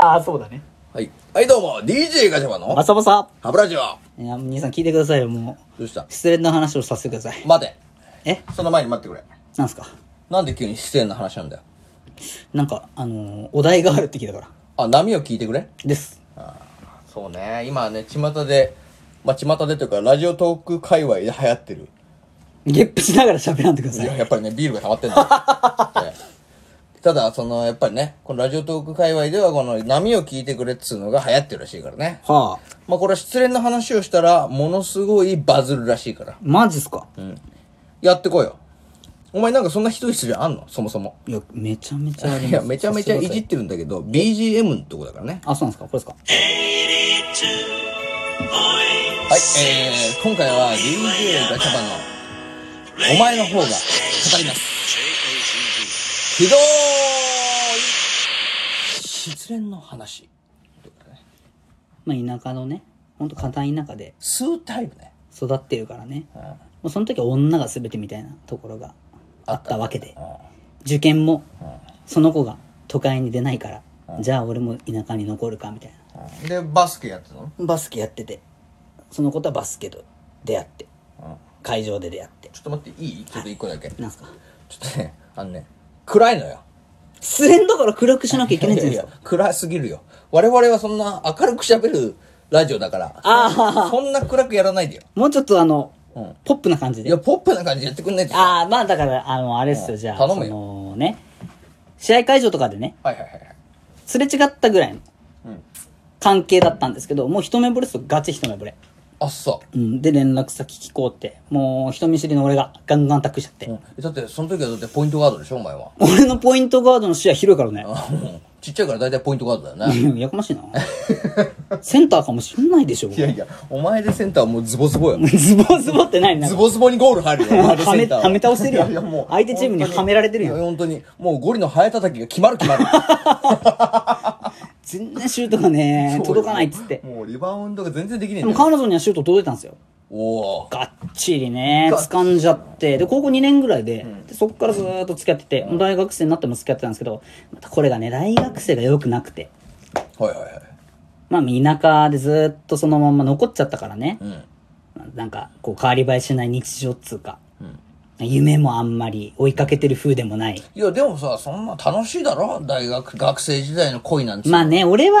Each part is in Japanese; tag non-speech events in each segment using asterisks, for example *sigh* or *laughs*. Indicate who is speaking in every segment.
Speaker 1: ああ、そうだね。
Speaker 2: はい。はい、どうも、DJ ガチャバ
Speaker 1: ま
Speaker 2: の
Speaker 1: さまさ。
Speaker 2: ハブラジオ。
Speaker 1: いや、皆さん聞いてくださいよ、も
Speaker 2: どうした
Speaker 1: う。失恋の話をさせてください。
Speaker 2: 待て。
Speaker 1: え
Speaker 2: その前に待ってくれ。
Speaker 1: なんすか
Speaker 2: なんで急に失恋の話なんだよ。
Speaker 1: なんか、あのー、お題があるって聞いたから。
Speaker 2: あ、波を聞いてくれ。
Speaker 1: です。
Speaker 2: そうね、今ね、巷で、まあ、巷でというか、ラジオトーク界隈で流行ってる。
Speaker 1: ゲップしながら喋らんでくだ
Speaker 2: い
Speaker 1: さい。
Speaker 2: や、やっぱりね、ビールが溜まってんだ *laughs* よええただ、その、やっぱりね、このラジオトーク界隈では、この波を聞いてくれっつうのが流行ってるらしいからね。
Speaker 1: はあ。
Speaker 2: まあ、これは失恋の話をしたら、ものすごいバズるらしいから。
Speaker 1: マジっすか
Speaker 2: うん。やってこいよ。お前なんかそんなひどい質じゃんのそもそも。
Speaker 1: いや、めちゃめちゃあります。
Speaker 2: いや、めちゃめちゃいじってるんだけど、BGM のとこだからね。
Speaker 1: あ、そうなんですかこれですか
Speaker 2: はい、えー、今回は DJ ガチャバの、お前の方が語ります。ひどーい失恋の話。
Speaker 1: まあ、田舎のね、ほんと片田舎で
Speaker 2: スータイプね。
Speaker 1: 育ってるからね。もうその時は女が全てみたいなところがあったわけで。受験も、その子が都会に出ないから、じゃあ俺も田舎に残るかみたいな。
Speaker 2: で、バスケやってたの
Speaker 1: バスケやってて、その子とはバスケと出会って、会場で出会って。
Speaker 2: ちょっと待って、いいちょっと一個だけ。ちょ
Speaker 1: なんすか
Speaker 2: っとね、あのね、暗いのよ。
Speaker 1: 失恋だから暗くしなきゃいけないんじゃないですか
Speaker 2: いやいや *laughs* 暗すぎるよ。我々はそんな明るく喋るラジオだから、
Speaker 1: あ
Speaker 2: そんな暗くやらないでよ。
Speaker 1: もうちょっとあの、
Speaker 2: うん
Speaker 1: ポップな感じ
Speaker 2: い
Speaker 1: で。
Speaker 2: や、ポップな感じでやってくんないでしょ。
Speaker 1: あ
Speaker 2: は
Speaker 1: あ、まあだから、あの、あれっす
Speaker 2: う
Speaker 1: よ、
Speaker 2: ん
Speaker 1: じゃあ、
Speaker 2: 頼むよ
Speaker 1: そのね、試合会場とかでね、
Speaker 2: いはいはいはい。
Speaker 1: すれ違ったぐらいの
Speaker 2: うん
Speaker 1: 関係だったんですけど、もう一目惚れっすよ、ガチ一目惚れ。
Speaker 2: あっさ。
Speaker 1: うん、で、連絡先聞こうって、もう人見知りの俺がガンガンタックしちゃって。
Speaker 2: うんだって、その時はだってポイントガードでしょ、お前は。
Speaker 1: 俺のポイントガードの視野広いからね。
Speaker 2: あうんちっちゃいから大体ポイントガード *laughs* だよね。
Speaker 1: いややかましいな。センターかもしんないでしょ。
Speaker 2: いやいや、お前でセンターはもうズボズボよ。
Speaker 1: ズボズボってないなん
Speaker 2: ズ
Speaker 1: か
Speaker 2: ボズボにゴール入るよ、お前で
Speaker 1: *laughs* は
Speaker 2: セ
Speaker 1: め、
Speaker 2: ンターは。
Speaker 1: はめ倒してるや
Speaker 2: いやいやも
Speaker 1: ん
Speaker 2: う。
Speaker 1: 相手チームにはめられてるや
Speaker 2: い
Speaker 1: ん
Speaker 2: や。本当に、もうゴリの早叩きが決まる決まる。
Speaker 1: 全然シュートが *laughs* ね、届かないっつって。
Speaker 2: もうリバウンドが全然できね
Speaker 1: で
Speaker 2: えん
Speaker 1: も
Speaker 2: だよ。
Speaker 1: 彼女にはシュート届いたんですよ。
Speaker 2: おー
Speaker 1: がっちりね、掴んじゃって。で、高校2年ぐらいで、でそこからずーっと付き合ってて、もう大学生になっても付き合ってたんですけど、またこれがね、大学生が良くなくて。
Speaker 2: はいはいはい。
Speaker 1: まあ、田舎でずーっとそのまま残っちゃったからね。
Speaker 2: うん。
Speaker 1: なんか、こう、変わり映えしない日常っつうか、
Speaker 2: ん
Speaker 1: 夢もあんまり追いかけてる風でもない。
Speaker 2: いや、でもさ、そんな楽しいだろ大学、学生時代の恋なんて。
Speaker 1: まあね、俺は、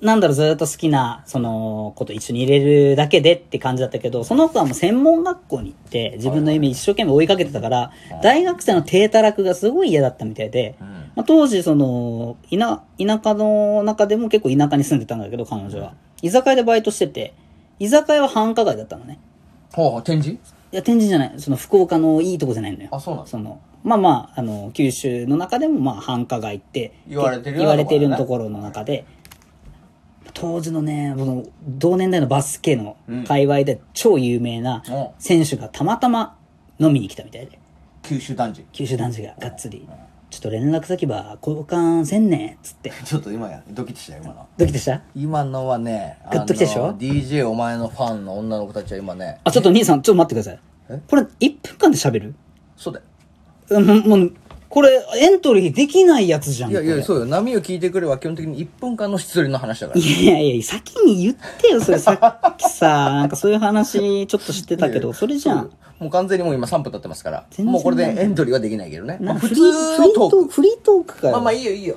Speaker 1: なんだろう、ずーっと好きな、その、こと一緒に入れるだけでって感じだったけど、その子はもう専門学校に行って、自分の夢一生懸命追いかけてたから、大学生の低たらくがすごい嫌だったみたいで、
Speaker 2: ん
Speaker 1: まあ、当時、その、田、田舎の中でも結構田舎に住んでたんだけど、彼女は。居酒屋でバイトしてて、居酒屋は繁華街だったのね。
Speaker 2: ほうほう、展示
Speaker 1: いや、展示じゃない。その、福岡のいいとこじゃないのよ。
Speaker 2: あそうなの
Speaker 1: その、まあまあ、あの、九州の中でも、まあ、繁華街って
Speaker 2: 言われてるよう
Speaker 1: 言
Speaker 2: な
Speaker 1: われてる
Speaker 2: ところね
Speaker 1: ところの中で、当時のね、この、同年代のバスケの
Speaker 2: うん
Speaker 1: 界隈で超有名な
Speaker 2: うん
Speaker 1: 選手がたまたま飲みに来たみたいで、
Speaker 2: 九州男児。
Speaker 1: 九州男児ががっつり、ちょっと連絡先ば交換せんねん、つって。
Speaker 2: ちょっと今や、ドキッとしたよ、今の。
Speaker 1: ドキドキした
Speaker 2: 今のはね、
Speaker 1: グッときたでしょ
Speaker 2: あの ?DJ お前のファンの女の子たちは今ね、
Speaker 1: あ、ちょっと兄さん、ちょっと待ってくださ
Speaker 2: え
Speaker 1: い。これ、1分間で喋る
Speaker 2: そうだよ。
Speaker 1: うんもう、これ、エントリーできないやつじゃん。
Speaker 2: いやい
Speaker 1: こ
Speaker 2: や、
Speaker 1: れ
Speaker 2: そうよ。波を聞いてくれば基本的に1分間の失恋の話だから。
Speaker 1: いやいや、先に言ってよ、それさっき
Speaker 2: *laughs*
Speaker 1: さ、なんかそういう話ちょっと知ってたけど、それじゃ。
Speaker 2: そうんもう完全にもう今3分経ってますから。
Speaker 1: 全然
Speaker 2: もうこれでエントリーはできないけどね。ま
Speaker 1: な
Speaker 2: あ
Speaker 1: フ
Speaker 2: 普
Speaker 1: リー
Speaker 2: 通のトーク。
Speaker 1: フリートークか
Speaker 2: まあまあ
Speaker 1: よ。
Speaker 2: いいよいいよ。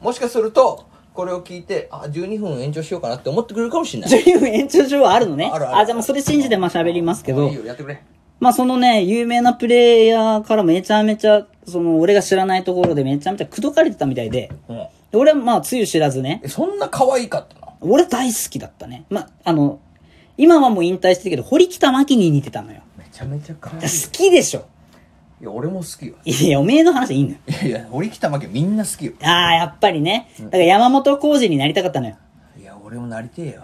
Speaker 2: もしかすると、これを聞いて、あ、12分延長しようかなって思ってくれるかもしれない。
Speaker 1: 女優延長上はあるのね。
Speaker 2: あるある
Speaker 1: じゃあもうそれ信じてまあ喋りますけ
Speaker 2: い
Speaker 1: ど
Speaker 2: い、よ、やってくれ。
Speaker 1: まあそのね、有名なプレイヤーからめちゃめちゃ、その俺が知らないところでめちゃめちゃ口説かれてたみたいで、
Speaker 2: うん。
Speaker 1: で俺はまあつゆ知らずね、
Speaker 2: え、そんな可愛かったの
Speaker 1: 俺大好きだったね。まあ、あの、今はもう引退してるけど、堀北真希に似てたのよ。
Speaker 2: めちゃめちゃ可愛い。
Speaker 1: 好きでしょ。
Speaker 2: いや、俺も好きよ。
Speaker 1: いや、おめえの話はいいのよ。
Speaker 2: いやいや、堀北真希みんな好きよ。
Speaker 1: ああ、やっぱりね。だから山本浩二になりたかったのよ。
Speaker 2: いや、俺もなりてえよ。
Speaker 1: いや、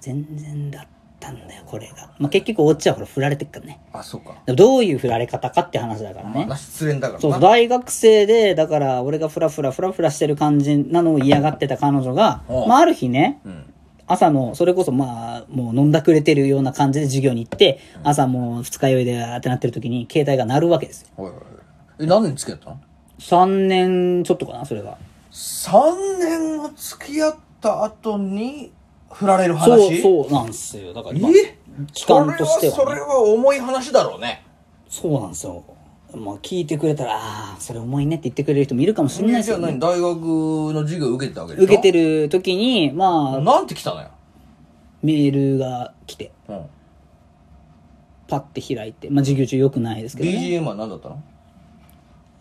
Speaker 1: 全然だったんだよ、これが。まあ、結局、オチはほら、振られてっからね。
Speaker 2: あ、そうか。
Speaker 1: でもどういう振られ方かって話だから
Speaker 2: ま
Speaker 1: ね
Speaker 2: あ、。失恋だからな。
Speaker 1: そうそう、大学生で、だから、俺がフラフラフラフラしてる感じなのを嫌がってた彼女が
Speaker 2: お、う
Speaker 1: まあ、ある日ね、
Speaker 2: うん。
Speaker 1: 朝の、それこそまあ、もう飲んだくれてるような感じで授業に行って、朝もう二日酔いであーってなってる時に、携帯が鳴るわけですよ。
Speaker 2: おいおいおいえ、何年付き合ったの
Speaker 1: 3年ちょっとかな、それが。
Speaker 2: 3年も付き合った後に振られる
Speaker 1: そう、
Speaker 2: 話う
Speaker 1: そうなんですよ。だから、まあ
Speaker 2: え
Speaker 1: 期間としてはね
Speaker 2: それはそれは重い話だろうね
Speaker 1: そうなんですよ。まあ、聞いてくれたら、ああ、それ重いねって言ってくれる人もいるかもしれないです
Speaker 2: じゃ
Speaker 1: よ
Speaker 2: あ
Speaker 1: ね
Speaker 2: 何。大学の授業受けてたわけでしょ
Speaker 1: 受けてる時に、まあ、
Speaker 2: なんて来たのよ、
Speaker 1: メールが来て、
Speaker 2: うん、
Speaker 1: パッて開いて、まあ、授業中良くないですけど、ね。
Speaker 2: BGM は何だったの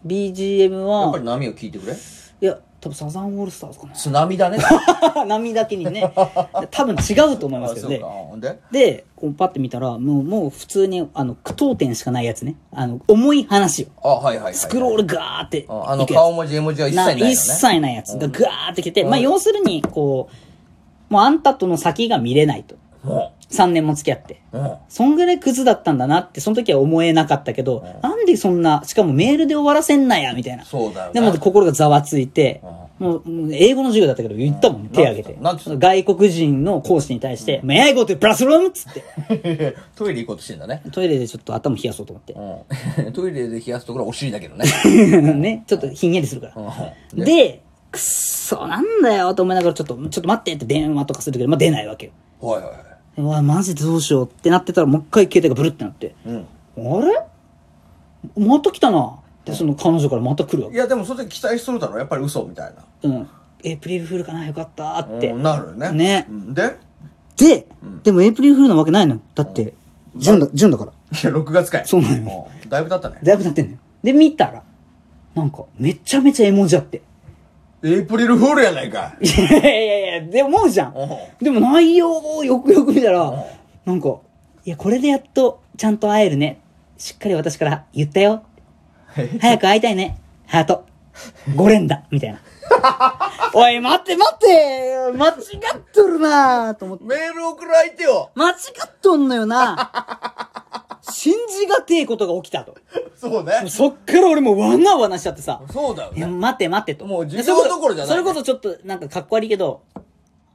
Speaker 1: BGM
Speaker 2: やっぱ
Speaker 1: は
Speaker 2: り、波を聞いてくれ
Speaker 1: いや、多分サザンオールスターズか
Speaker 2: 津
Speaker 1: *laughs*
Speaker 2: 波だね
Speaker 1: な。波だけにね、多分違うと思いますけど
Speaker 2: そう
Speaker 1: ね
Speaker 2: か。ほんで
Speaker 1: で、こうパッて見たら、もう、もう普通に、あの、句読点しかないやつね。あの、重い話を。
Speaker 2: あはいはいはい、はい、
Speaker 1: スクロールガーっていくや
Speaker 2: あ
Speaker 1: つ。
Speaker 2: あの顔文字絵文字は一切ないのね
Speaker 1: 一切ないやつがガーってきて、
Speaker 2: うん
Speaker 1: まあ要するに、こう、もうあんたとの先が見れないと。
Speaker 2: も
Speaker 1: 3年も付き合って。
Speaker 2: う、うん、
Speaker 1: そんぐらいクズだったんだなって、その時は思えなかったけど、
Speaker 2: うん
Speaker 1: なんでそんな、しかもメールで終わらせんなや、みたいな。
Speaker 2: そうだよ、
Speaker 1: で
Speaker 2: ね、
Speaker 1: も心がざわついて、
Speaker 2: う
Speaker 1: もう、もう英語の授業だったけど、言ったもん、手挙げて。
Speaker 2: なんて言っ
Speaker 1: 外国人の講師に対して、メアイゴってプラスルームっつって。
Speaker 2: *laughs* トイレ行こうとしてんだね。
Speaker 1: トイレでちょっと頭冷やそうと思って。
Speaker 2: うん。トイレで冷やすところはお尻だけどね。
Speaker 1: *laughs* ね、ちょっとひんやりするから。
Speaker 2: うんで、
Speaker 1: で、くっそ、なんだよと思いながら、ちょっと、ちょっと待ってって電話とかするけど、まあ、出ないわけよ。
Speaker 2: はいはいう
Speaker 1: わ、マジでどうしようってなってたら、もう一回携帯がブルってなって、
Speaker 2: は
Speaker 1: あ
Speaker 2: い。
Speaker 1: れまた来たなって、その彼女からまた来るわ
Speaker 2: うん。
Speaker 1: け
Speaker 2: い。や、でもそれで期待しとるだろ。やっぱり嘘みたいな。
Speaker 1: うん。エイプリルフールかなよかったーって
Speaker 2: うん。なるよね。
Speaker 1: ね
Speaker 2: うんで、い
Speaker 1: で、でもエイプリルフールなわけないのよ。だって、純だ、純だから。
Speaker 2: や、6月かい。
Speaker 1: そうなの
Speaker 2: うんだいぶ経ったね。
Speaker 1: だいぶ経ってんのよ。で、見たら、なんか、めちゃめちゃ絵文字あって。
Speaker 2: エイプリルフールやないか
Speaker 1: いやいやいや、で思うじゃん
Speaker 2: うん。
Speaker 1: でも内容をよくよく見た
Speaker 2: ん
Speaker 1: ら、なんか、いや、これでやっとちゃんと会えるね。しっかり私から言ったよ。
Speaker 2: い。
Speaker 1: 早く会いたいね。ハート。5連打。みたい
Speaker 2: *laughs*
Speaker 1: な。おい、待って待って間違っとるなと思って。
Speaker 2: メール送る相手を。
Speaker 1: 間違っとんのよな
Speaker 2: *laughs*
Speaker 1: 信じがてえことが起きたと。
Speaker 2: そうね。
Speaker 1: そっから俺もうわなわなしちゃってさ。
Speaker 2: そうだよ
Speaker 1: いや、
Speaker 2: ね。
Speaker 1: 待て待てと。
Speaker 2: もう授
Speaker 1: そ
Speaker 2: 業
Speaker 1: こそ
Speaker 2: どころじゃない
Speaker 1: それこそちょっと、なんかかっこ悪いけど、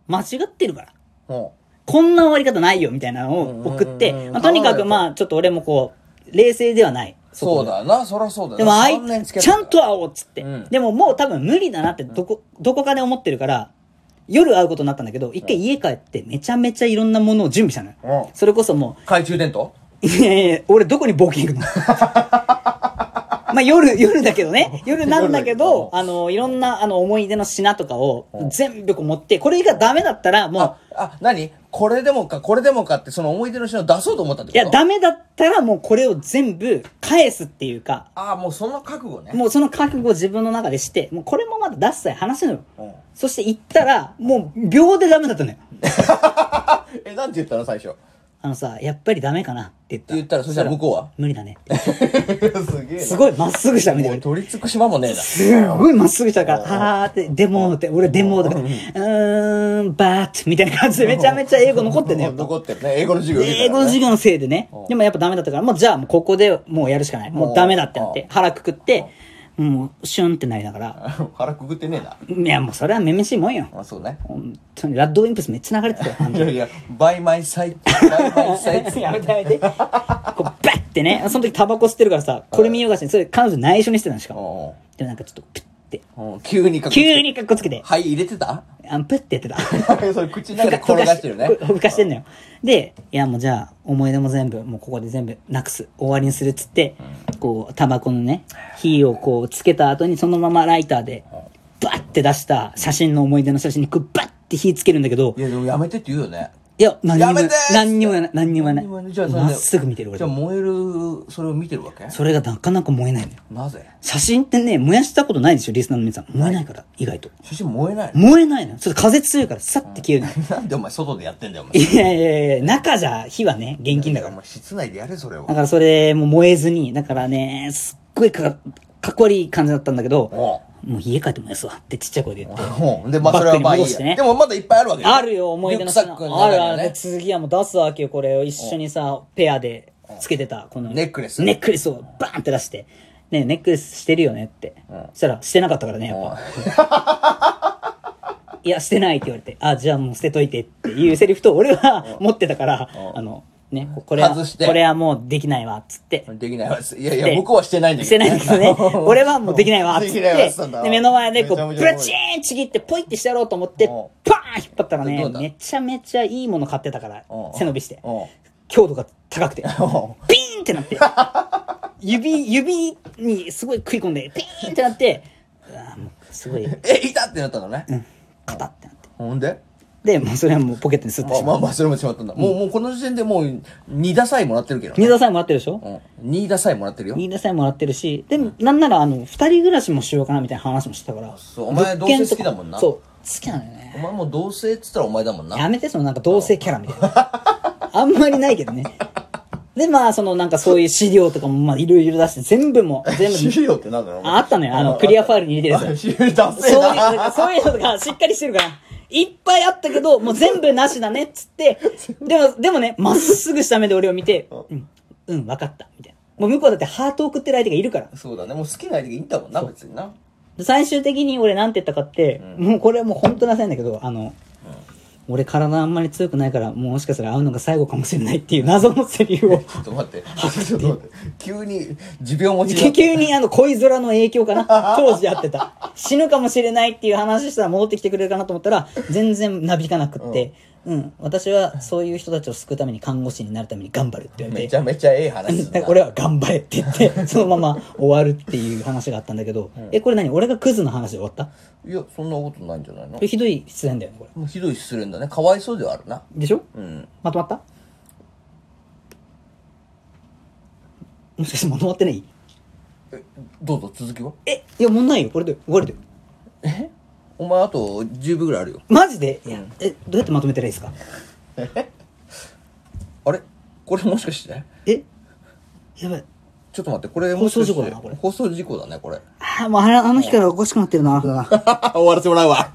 Speaker 1: 間違ってるから。
Speaker 2: うん
Speaker 1: こんな終わり方ないよ、みたいなのを送って、
Speaker 2: うん
Speaker 1: まあとにかく
Speaker 2: 頼むよと
Speaker 1: まあ、ちょっと俺もこう、冷静ではない。
Speaker 2: そう
Speaker 1: こ
Speaker 2: だな。そらそうだ
Speaker 1: で。でも、あ
Speaker 2: 三
Speaker 1: い、
Speaker 2: 年つけ
Speaker 1: ちゃんと
Speaker 2: たか
Speaker 1: 会おうっつって、
Speaker 2: うん
Speaker 1: でももう多分無理だなって、どこ、どこかで思ってるから、夜会うことになったんだけど、一回家帰ってめちゃめちゃいろんなものを準備したのよ。
Speaker 2: うん
Speaker 1: それこそも
Speaker 2: ら。懐中電灯
Speaker 1: う、いやいや俺どこに冒険
Speaker 2: *laughs*
Speaker 1: 行くのまあ夜、夜だけどね。夜なんだけ
Speaker 2: 夜だ
Speaker 1: ど、
Speaker 2: けど
Speaker 1: あの、いろんな、あの、思い出の品とかを
Speaker 2: うん
Speaker 1: 全部こう持って、これがダメだったら、もう
Speaker 2: あ、、あ、何これでもか、これでもかって、その思い出の品を出そうと思ったって
Speaker 1: い
Speaker 2: ことい
Speaker 1: や、ダメだったらもうこれを全部返すっていうか、
Speaker 2: ああ、もうその覚悟ね。
Speaker 1: もうその覚悟を自分の中でして、もうこれもまだ出す際話なのよ。
Speaker 2: うん
Speaker 1: そして行ったら、もう秒でダメだったのよ。
Speaker 2: え、なんて言ったの最初。
Speaker 1: あのさ、やっぱりダメかなって言った。
Speaker 2: 言ったらそしたら向こうは
Speaker 1: 無理だね。
Speaker 2: すげえ
Speaker 1: すごいまっすぐしたみた
Speaker 2: も
Speaker 1: いうな。
Speaker 2: 取り付く島もねえな。
Speaker 1: すごいまっすぐしたから、あーって、でもって、俺でもとか、うーん、バーってみたいな感じでめちゃめちゃ英語残ってんのよ。
Speaker 2: 残ってるね。英語の授業受けて
Speaker 1: 英
Speaker 2: たか
Speaker 1: 語の
Speaker 2: らね
Speaker 1: 授業のせいでね
Speaker 2: うん。
Speaker 1: でもやっぱダメだったから、もうじゃあもうここでもうやるしかない。もうダメだってなっ
Speaker 2: う
Speaker 1: て
Speaker 2: ん、
Speaker 1: 腹くくって、もうシュンってなりながら、
Speaker 2: 腹くぐってねえな。
Speaker 1: いやもうそれはめめしいもんよ。
Speaker 2: あ、そうね。
Speaker 1: 本当に、ラッドウィンプスめっちゃ流れてた
Speaker 2: *laughs*
Speaker 1: よ。
Speaker 2: いやいや、バイマイサイバイマイサイ *laughs*
Speaker 1: やめてやめて。こう、バッてね、その時タバコ吸ってるからさ、これ見ようがしに、それ彼女内緒にしてたのしかも。でもなんかちょっと、プッて、
Speaker 2: 急にかっこつけ
Speaker 1: 急。にカッコつけて、
Speaker 2: はい、入れてた
Speaker 1: あんプッてやってた。
Speaker 2: *laughs* それ口の中で *laughs* 転がしてるね。
Speaker 1: ふかしてんのよ。で、いやもうじゃあ、思い出も全部、もうここで全部なくす、終わりにするっつって、こう、タバコのね、火をこう、つけた後にそのままライターで、バッて出した写真の思い出の写真に、こう、バッて火つけるんだけど
Speaker 2: い、や、でもやめてって言うよね。
Speaker 1: いや、何にも
Speaker 2: やめてー
Speaker 1: 何にもやらない、何にもやら
Speaker 2: 何にも
Speaker 1: な
Speaker 2: やらない
Speaker 1: い。
Speaker 2: じゃあそれで
Speaker 1: まっすぐ見てる
Speaker 2: じゃ
Speaker 1: 俺
Speaker 2: あ。燃える、それを見てるわけ
Speaker 1: それがなかなか燃えないのよ。
Speaker 2: なぜ
Speaker 1: 写真ってね、燃やしたことないでしょ、リスナーの皆さん。燃えないから、意外と。
Speaker 2: 写真燃えないの *laughs*
Speaker 1: 燃えないのよ。ちょっと風強いから、さって消えるのよ。
Speaker 2: なんでお前外でやってんだよ、お前。
Speaker 1: いやいやいやいや、中じゃ火はね、現金だから
Speaker 2: お。前室内でやれ、それを
Speaker 1: だ。からそれも燃えずに、だからね、すっごいか、かっこ悪い感じだったんだけど、
Speaker 2: おう
Speaker 1: もう家帰って燃やすわってちっちゃい声で言って。
Speaker 2: *laughs* うんで、まあ、それはまあい
Speaker 1: バッグに戻
Speaker 2: い
Speaker 1: して
Speaker 2: や。
Speaker 1: ね
Speaker 2: でも、まだいっぱいあるわけ
Speaker 1: あるよ、思い出の
Speaker 2: リュ
Speaker 1: 品
Speaker 2: ックサックの
Speaker 1: あ
Speaker 2: 中に
Speaker 1: る
Speaker 2: は
Speaker 1: ある。
Speaker 2: ね
Speaker 1: で。次はもう出すわけよ、これを一緒にさ、ペアでつけてた、この。
Speaker 2: ネックレス
Speaker 1: ネックレスをバーンって出して。ねえネックレスしてるよねって。そしたら、してなかったからね、やっぱ。 *laughs* いや、してないって言われて、あ、じゃあもう捨てといてっていうセリフと、俺は持ってたから、あの、ね、ここれは、
Speaker 2: 外して
Speaker 1: これはもうできないわ、つって。
Speaker 2: できないわ。いやい
Speaker 1: で
Speaker 2: や、僕はしてないんだけど。
Speaker 1: してないんだけどね。
Speaker 2: *laughs*
Speaker 1: 俺はもうできないわ、つ
Speaker 2: で
Speaker 1: っ
Speaker 2: きないわ
Speaker 1: て
Speaker 2: つったんだ。。
Speaker 1: で、目の前でこ
Speaker 2: めちゃ
Speaker 1: う、
Speaker 2: め
Speaker 1: プ
Speaker 2: ちゃ
Speaker 1: ラ
Speaker 2: 重い
Speaker 1: チーンちぎって、ポイってしてやろうと思って、
Speaker 2: うん
Speaker 1: パーン引っ張ったら
Speaker 2: ど
Speaker 1: ね
Speaker 2: う、だ
Speaker 1: めちゃめちゃいいもの買ってたから
Speaker 2: う、ん
Speaker 1: 背伸びして。
Speaker 2: うん
Speaker 1: 強度が高くて、
Speaker 2: うん *laughs*
Speaker 1: ピーンってなって、指、指にすごい食い込んで、ピーンってなって、うわもうすごい、
Speaker 2: え、いたってなったのね。
Speaker 1: カタってなって。
Speaker 2: ほんで
Speaker 1: で、もうそれはもうポケットに吸って
Speaker 2: まあ
Speaker 1: し
Speaker 2: ま
Speaker 1: ま
Speaker 2: あ
Speaker 1: う。
Speaker 2: まあ、それもしまったんだ。もう、もうこの時点でもう、2打さえもらってるけど
Speaker 1: ニ
Speaker 2: ね。
Speaker 1: ーダさんもらってるでしょ
Speaker 2: うん。2打さえもらってるよ。
Speaker 1: ニーダさんもらってるし、で、なんならあの、二人暮らしもしようかなみたいな話もしてたから。
Speaker 2: そうお前
Speaker 1: 物件
Speaker 2: 同棲
Speaker 1: と
Speaker 2: 好きだもんな
Speaker 1: かそう、好きなのよね。
Speaker 2: お前もう同棲っつったらお前だもんな。
Speaker 1: やめて、そのなんか同性キャラみたいな。
Speaker 2: *laughs*
Speaker 1: あんまりないけどね。で、まあ、そのなんかそういう資料とかも、まあ、いろいろ出して、全部も、
Speaker 2: *laughs*
Speaker 1: 全部、
Speaker 2: 資料ってなんだろう
Speaker 1: ああったのよ。あの、クリアファイルに入れて
Speaker 2: *laughs*
Speaker 1: るやつ。
Speaker 2: 資料ダ
Speaker 1: そう
Speaker 2: セ
Speaker 1: い
Speaker 2: え
Speaker 1: う、
Speaker 2: な。
Speaker 1: なんかそういうのがしっかりしてるから、いっぱいあったけど、もう全部なしだねっつって、でも、でもね、まっすぐした目で俺を見て、うん、うん、わかった、みたいな。もう向こうだってハート送ってる相手がいるから。
Speaker 2: *laughs* そうだね。もう好きな相手がいいんだもんな、別にな。
Speaker 1: 最終的に俺なんて言ったかって、もうこれはもう本当なさいんだけど、あの、俺体あんまり強くないから、もしかしたら会うのが最後かもしれないっていう謎のセリフを、
Speaker 2: ちょっと待って。 *laughs* ちょっと待って。急に、持病持ちにな
Speaker 1: *laughs*
Speaker 2: っ *laughs*
Speaker 1: 急にあの恋空の影響かな当時やってた。死ぬかもしれないっていう話したら戻ってきてくれるかなと思ったら、全然なびかなくって、うん、私はそういう人たちを救うために看護師になるために頑張るって言われ
Speaker 2: め
Speaker 1: て
Speaker 2: ち、ゃめちゃええ話す
Speaker 1: *laughs* だ
Speaker 2: る
Speaker 1: から俺
Speaker 2: な。
Speaker 1: は頑張れって言 *laughs* って、そのまま終わるっていう話があったんだけど、え、これ何俺がクズの話で終わったこ
Speaker 2: いや、そんなことないんじゃないの
Speaker 1: れひどい失恋だよね、これ。
Speaker 2: もうひどい失恋だね。かわいそうではあるな。
Speaker 1: でしょ
Speaker 2: うん。
Speaker 1: まとまったもしかしてまとまってない
Speaker 2: どうぞ、続きは。
Speaker 1: えいやもうないよこれで終わりだよ
Speaker 2: えお前あと10秒ぐらいあるよ。
Speaker 1: マジでいやえどうやってまとめたらいいですか
Speaker 2: あれこれもしかして
Speaker 1: えやばい
Speaker 2: ちょっと待って、これもしかし
Speaker 1: 放送
Speaker 2: て
Speaker 1: 事故だなこれ
Speaker 2: 放送事故だね、これ。
Speaker 1: あーもうあれあの日からおかしくなってるな
Speaker 2: *laughs* 終わらせてもらうわ。